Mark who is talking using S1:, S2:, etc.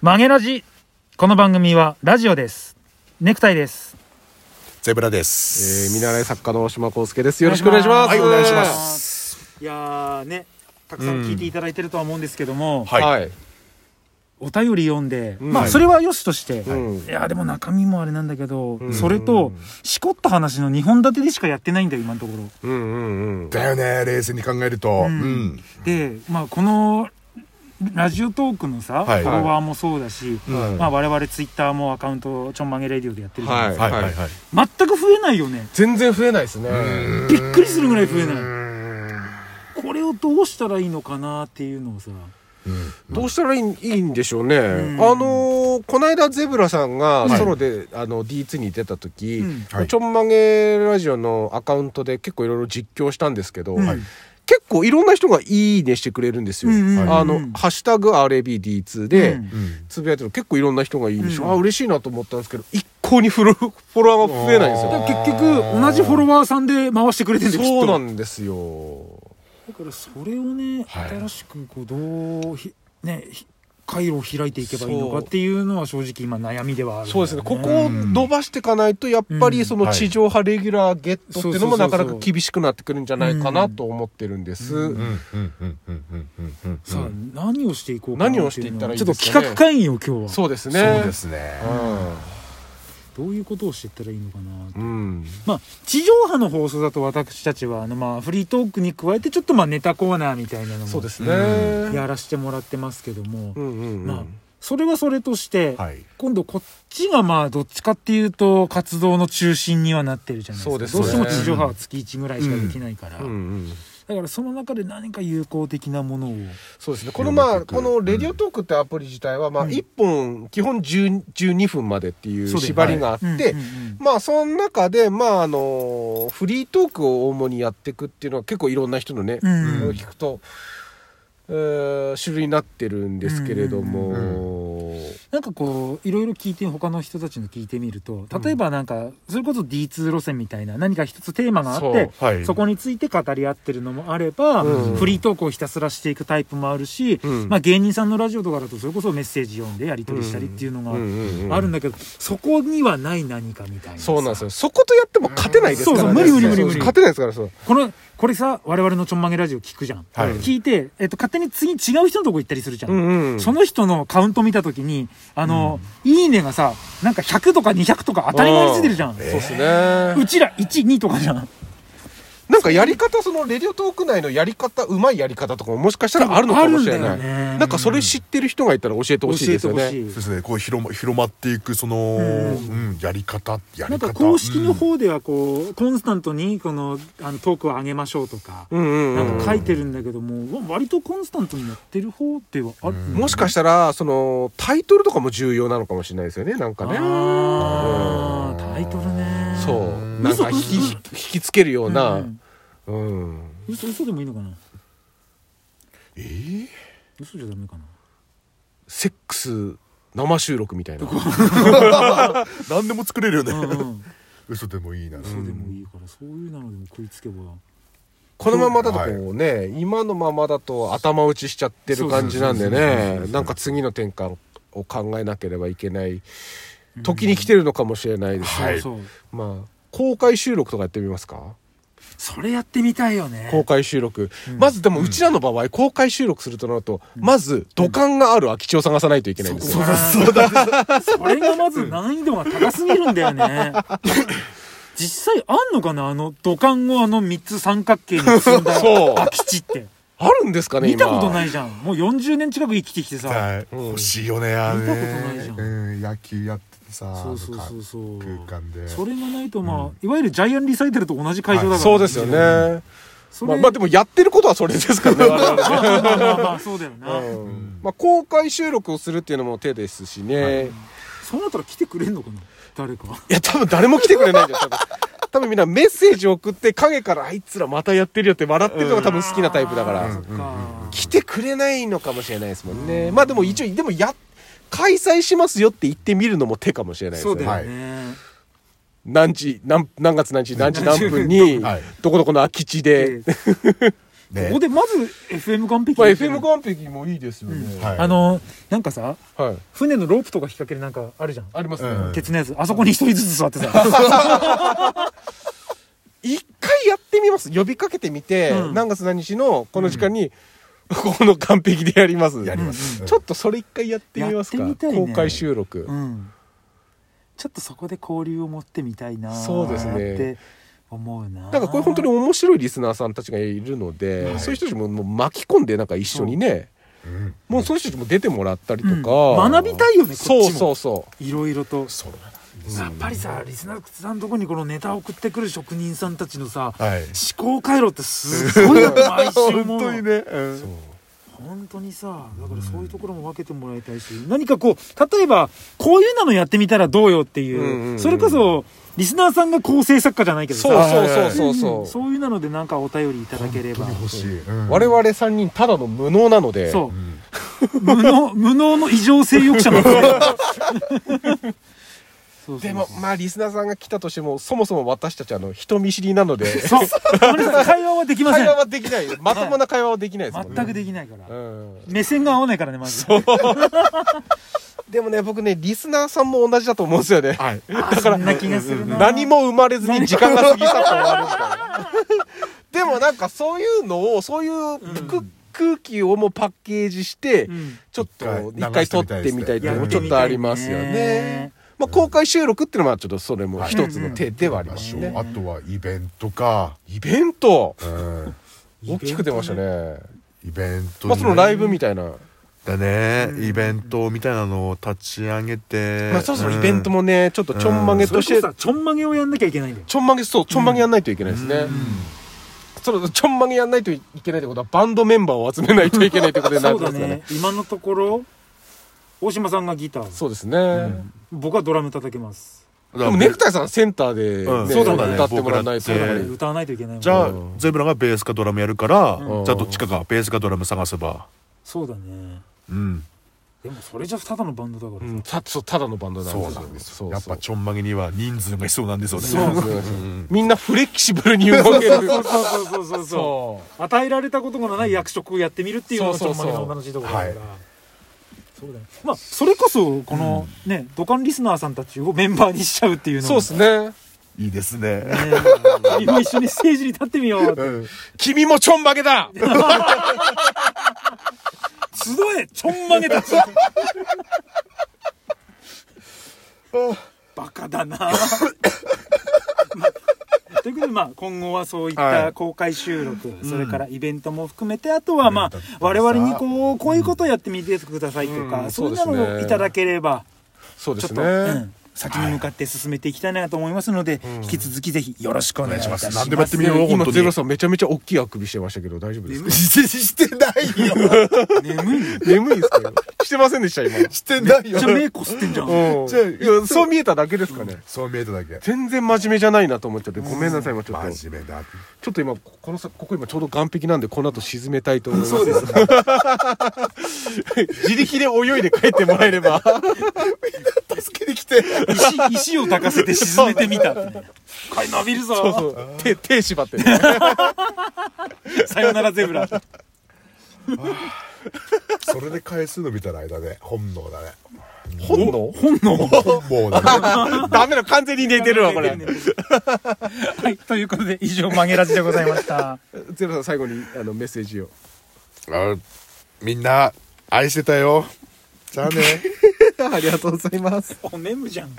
S1: 曲げラジこの番組はラジオですネクタイです
S2: ゼブラで
S3: え
S2: す。
S3: ー、見習い作家の大島康介です。よろしくお願いします。
S2: はいお願いします
S1: すいやーねたくさん聞いていただいてるとは思うんですけども、
S2: はい。
S3: はい。
S1: お便り読んで、
S3: うん
S1: まあ
S3: はい
S1: それはよしとして、
S3: うん
S1: いやーでも中身もあれなんだけど、
S3: うん
S1: それとしこった話の2本立てでしかやってないんだよ今のところ
S3: うんうんうん。
S2: だよね、冷静に考えると。
S1: う
S2: うんん。
S1: でまあこのラジオトークのさ、
S2: はい
S1: フォロワーもそうだし、
S2: うん
S1: まあ我々ツイッターもアカウントちょんまげレディオでやってるじゃないで
S2: はい
S3: は
S2: はいいはい。
S1: すか全く増えないよね
S3: 全然増えないですね。
S1: びっくりするぐらい増えないこれをどうしたらいいのかなっていうのをさ
S3: どうしたらいいいいんでしょうね。
S1: ん
S3: あのー、こないだゼブラさんが
S2: はい
S3: ソロで、あの D2 に出た時、
S1: うん
S2: はい
S3: ちょんまげラジオのアカウントで結構いろいろ実況したんですけど、
S1: うん
S3: 結構いろんな人がいいねしてくれるんですよ。
S1: うんうんうん
S3: あの、ハッシュタグ RABD2 で、
S1: うん
S2: うん
S3: つぶやいてる結構いろんな人がいいでしょ、
S1: うん
S3: あ嬉しいなと思ったんですけど一向にフォローフォロワーが増えないんです
S1: だ
S3: よ
S1: から結局同じフォロワーさんで回してくれてるんだよ
S3: そうな
S1: きっ
S3: んですよ
S1: とだからそれをね
S2: はい
S1: 新しくこうどうひねひ回路を開いていけばいいのかっていうのは正直今悩みではあるんだ
S3: そう
S1: よ
S3: ですねここを伸ばしていかないとやっぱ
S1: うん
S3: りその地上波レギュラーゲットっていうの
S1: は
S3: も
S1: い
S3: なかなか厳しくなってくるんじゃないかなと思ってるんです、
S2: うんうんうんうんうんうんうん。
S1: さあ
S2: うん
S1: 何をしていこうかな
S3: 何をしていったらいい
S1: ちょ
S3: で
S1: っ
S3: す
S1: と
S3: かね
S1: 企画会議を今日は
S3: そうです
S2: そ
S3: ね
S2: うですね。
S1: どういうことをしていったらいいのかなって
S3: うん、
S1: まあ、地上波の放送だと私たちはあの、まあ、フリートークに加えてちょっとまあネタコーナーみたいなの
S3: そう
S1: も
S3: ですね、
S2: う
S1: やらせてもらってますけども、
S3: うんうんうん
S1: まあそれはそれとして、
S2: はい。
S1: 今度こっちがまあどっちかっていうと活動の中心にはなってるじゃないですか
S3: そうです
S1: ど
S3: ね
S1: うしても地上波は月1ぐらいしかできないから、
S3: うんうん
S1: だからその中で何か有効的なものを、
S3: そうですねこのま
S2: 広げて
S3: あ
S2: いく
S3: この「レディオトーク」ってアプリ自体はま
S1: う
S3: あ
S1: ん
S3: 1本基本10 12分までっていう
S1: そうだよね
S3: 縛りがあっ
S1: うんうん
S3: て
S1: うん
S3: まあその中でまああのフリートークを主にやっていくっていうのは結構いろんな人のね、
S1: うん
S3: を聞くと、えー種類になってるんですけれども、
S1: うんなんかこういろいろ聞いて他の人たちの聞いてみると例えばなんか、それこそ D2 路線みたいな何か一つテーマがあって
S3: そう
S2: はい。
S1: そこについて語り合ってるのもあれば、
S3: うん
S1: フリートークをひたすらしていくタイプもあるし、
S3: うん
S1: まあ、芸人さんのラジオとかだとそれこそメッセージ読んでやり取りしたりっていうの
S3: うん
S1: が
S3: うんうん
S1: あるんだけど、そこにはない何かみたいなさ
S3: そうなんですよそことやっても勝てないですから、ね
S1: そうそう無理無理無理無理
S3: 勝てないですからそう
S1: このこれさ我々のちょんまげラジオ聞くじゃん、
S2: はい
S1: 聞いて、えっと、勝手に次違う人のとこ行ったりするじゃん、
S3: うんうん
S1: その人のカウント見た時にあの、いいねがさなんか100とか200とか当たり前についてるじゃん、う
S3: そうですね
S1: ちら12とかじゃん
S3: なんかやり方そのレディオトーク内のやり方うまいやり方とかももしかしたらあるのかもしれな
S1: ある
S3: い、
S1: んだよね
S3: なんかそれ知ってる人がいたら教えて
S1: 教
S3: ほしいで
S1: え
S3: す
S1: て
S3: よ
S1: ほ
S3: ね
S1: しい
S2: そうですね。こう広ま広まっていくそのうんやり方
S1: な
S2: やり
S1: んか
S2: 方。
S1: 公式の
S2: うん
S1: 方ではこう、コンスタントにこのあのトークを上げましょうとか、
S3: うんうんう
S1: なんんか書いてるんだけども、わ割とコンスタントにやってる方ではある、
S2: うん
S3: もしかしたらそのタイトルとかも重要なのかもしれないですよねなんかね
S1: あータイトルね。
S3: そうなんか引
S1: 嘘
S3: き引き引きつける
S1: う
S3: ようんな、
S1: う
S3: うん
S1: ん嘘嘘でもいいのかな
S2: えー
S1: 嘘じゃダメかな
S3: セックス生収録み たいな
S2: 何でも作れるよね。
S1: うんうん
S2: 嘘でもいいな。
S1: 嘘でもいいから、そういうなのでも食いつけば。
S3: このままだとこうね、今のままだと頭打ちしちゃってる感じなんでねなんか次の転換を考えなければいけない時に来てるのかもしれないですね、
S2: はい
S1: そうそう。
S3: まあ公開収録とかやってみますか
S1: それやってみたいよね。
S3: 公開収録、まずでもうちらの場合公開収録するとなると、まず土管がある空き地を探さないといけないんですよ、
S1: そうだそうだ。それがまず難易度が高すぎるんだよね。実際あんのかなあの土管をあの三つ三角形に結んだ
S3: そう
S1: 空き地って。
S3: あるんですかね
S1: 見
S3: 今
S1: たことないじゃん。もう40年近く生きてきてさ。
S2: はい。欲しいよねあれね。
S1: 見たことないじゃん
S2: うん野球やっててさ。
S1: そうそうそうそう。
S2: 空間で。
S1: それがないとまあ、いわゆるジャイアンリサイタルと同じ会場だから。
S3: そうですよね、。
S1: そ
S3: ま
S1: れ
S3: あ、まあでもやってることはそれですからね我々
S1: まあまあまあまあまあそうだよな。
S3: うんまあ、公開収録をするっていうのも手ですしね、い、
S1: そうなったら来てくれんのかな誰か。
S3: や多分誰も来てくれないんじゃん多分多分みんなメッセージを送って影からあいつらまたやってるよって笑ってるのが多分好きなタイプだから、
S1: あーそっか。
S3: 来てくれないのかもしれないですもんね、まあでも一応でもや開催しますよって言ってみるのも手かもしれないです
S1: そ
S3: よ
S1: うだ
S3: ね
S1: よね。
S3: 何時何何月何時何時何分に、
S2: はい
S3: どこどこの空き地で、
S1: で
S2: ね
S1: ここでまず FM 完璧、
S3: まあ FM 完璧もいいですよね、
S2: はい
S1: あのなんかさ
S3: はい
S1: 船のロープとか引っ掛けるなんかあるじゃん
S3: ありますね、
S2: うん
S1: 鉄のやつあそこに一人ずつ座ってさ
S3: 一回やってみます呼びかけてみて、
S1: うん
S3: 何月何日のこの時間に、 ここの完璧でやります
S2: やります、
S3: ちょっとそれ一回やってみますか
S1: やってみたいね
S3: 公開収録、
S1: うんちょっとそこで交流を持ってみたいな
S3: そうですね
S1: って思うな
S3: なんかこれ本当に面白いリスナーさんたちがいるので、
S2: はい
S3: そういう人たちももう巻き込んでなんか一緒にね、
S2: うん
S3: もうそういう人たちも出てもらったりとか、
S1: うん学びたいよねこっちも
S3: そうそうそう
S1: いろいろと
S2: それは
S1: やっぱりさリスナーさんのとこにこのネタを送ってくる職人さんたちのさ、
S2: はい
S1: 思考回路ってすごいよ毎週も
S2: 本当にね、うん
S1: 本当にさだからそういうところも分けてもらいたいし、何かこう例えばこういうのやってみたらどうよっていう,、
S3: うんうんうん
S1: それこそリスナーさんが構成作家じゃないけどさ
S3: そうそうそう
S1: う
S3: そ
S1: んそ
S3: うそうう
S1: いうなのでなんかお便りいただければ
S2: 欲しい、うん
S3: 我々3人ただの無能なので
S1: そううん無 能無能の異常性欲者なんだよそうそうそう
S3: でもまあリスナーさんが来たとしてもそもそも私たちあの人見知り なので
S1: そうごめんなさい会話はできませ
S3: 会
S1: ん
S3: 話はできないまともな会話はできないですもんね
S1: 全くできないから、
S3: うん
S1: 目線が合わないからねまず
S3: でもね僕ねリスナーさんも同じだと思うんですよね
S2: はい
S1: だからそんな気がするな
S3: 何も生まれずに時間が過ぎ去って終わるみたいなでもなんかそういうのをそういうく空気をもうパッケージして、
S1: うん
S3: ちょっと
S2: 一
S3: 一
S2: 回
S3: 回撮ってみたいっていうのも
S1: 流
S3: ち
S1: して
S3: ょっ
S1: みたいですね
S3: とありますよ
S1: や
S3: ね
S1: ってみたいね
S3: まあ、公開収録っていうのはちょっとそれも一つの手ではあり
S2: ま
S3: ま
S2: し
S3: す
S2: ょう
S3: ね、
S2: あとはイベントか、
S3: イベント
S2: うん、
S3: 大きく出ましたね
S2: イベント
S3: まあ
S2: に
S3: そのライブみたいな、
S2: だね、イベントみたいなのを立ち上げて、
S3: まあ、そろそろイベントもねちょっとちょんまげ
S1: それこ
S3: として
S1: そさちょんまげをやんなきゃいけないんだよ
S3: ちょんまげそうちょんまげやんないといけないですね、そろそろちょんまげやんないといけないってことはバンドメンバーを集めないといけないってことにな
S1: そう
S3: りま
S1: だ
S3: すよ
S1: ね
S3: ね
S1: 今のところ大島さんがギター
S3: そうですね、
S1: 僕はドラム叩けます
S2: うん
S3: でもネクタイさんセンターで、ね
S2: うんそう
S1: だね
S3: 歌ってもらわないと
S1: そうだから
S2: ええ
S1: 歌わないといけないもん
S2: じゃあ
S3: うん
S2: ゼブラがベースかドラムやるから、
S3: うん
S2: じゃあどっちかがベースかドラム探せば
S1: そうだね
S2: うん
S1: でもそれじゃただのバンドだから
S3: うん、たそうただのバンドなんです
S2: そ
S3: よ
S2: うなんです
S3: そう
S2: よやっ
S3: そう
S2: ぱちょんまげには人数がいそうなんですよね
S3: そうなんですよ
S2: ん
S3: みんなフレキシブルに動ける
S1: そうそうそうそうそう そ
S3: そう
S1: 与えられたことがない役職をやってみるっていうのがち
S3: そ
S1: ょ
S3: うんそ
S1: ま
S3: う
S1: げ
S3: そう
S1: の楽しいところだから
S2: は
S1: そうだねまあそれこそこのね土管リスナーさんたちをメンバーにしちゃうっていう
S3: う
S1: の
S3: そう
S1: も
S3: ですね、
S2: いいですね
S1: ね え今一緒にステージに立ってみようって
S3: 君もちょんまげだ
S1: 集えちょんまげたちバカだな、まあということでまあ今後はそういっ
S3: は
S1: た
S3: い
S1: 公開収録、それからイベントも含めてあとはまあ
S2: イベントとか
S1: 我々にこうこういうことをやってみてくださいとか、
S3: うん
S1: そういう
S3: そうです
S1: のを
S3: ね
S1: いただければ
S3: そうで
S1: ちょっ
S3: す
S1: と、
S3: ね、
S1: うん先に向かって進めていきたいなと思いますので、引き続きぜひよろしくお願いいたします。
S2: お願いします何でもやってみよう本当に
S3: 今ゼロさんめちゃめちゃ大きいあくびしてましたけど大丈夫ですか
S2: してないよ
S1: 眠いの
S3: 眠いですかしてませんでした今
S2: してない
S1: めっちゃ目こすってんじゃん。
S3: うん
S2: じゃあ
S3: いやそう見えただけですかね
S2: そう見えただけ
S3: 全然真面目じゃないなと思っちゃってごめんなさい今ちょっとち
S2: 真面目だ
S3: ょっと今ここのさここ今ちょうど岸壁なんでこの後沈めたいと思います
S1: そうですね。
S3: 自力で泳いで帰ってもらえれば
S2: 助けに来て
S1: 石石を抱かせて沈めてみた。これ伸びるぞ
S3: そうそう手手縛って
S1: さよならゼブラ。
S2: それで返すの見たらあれだね本能 だね
S3: 本能
S1: 本能
S2: 本能だね
S3: ダメだ 完全に寝てるわこれ
S1: はい、ということで以上曲げラジでございま した。
S3: ゼロさん最後にあのメッセージ を
S2: あみんな愛してたよじゃあね
S3: ありがとうございます
S1: おねむじゃん。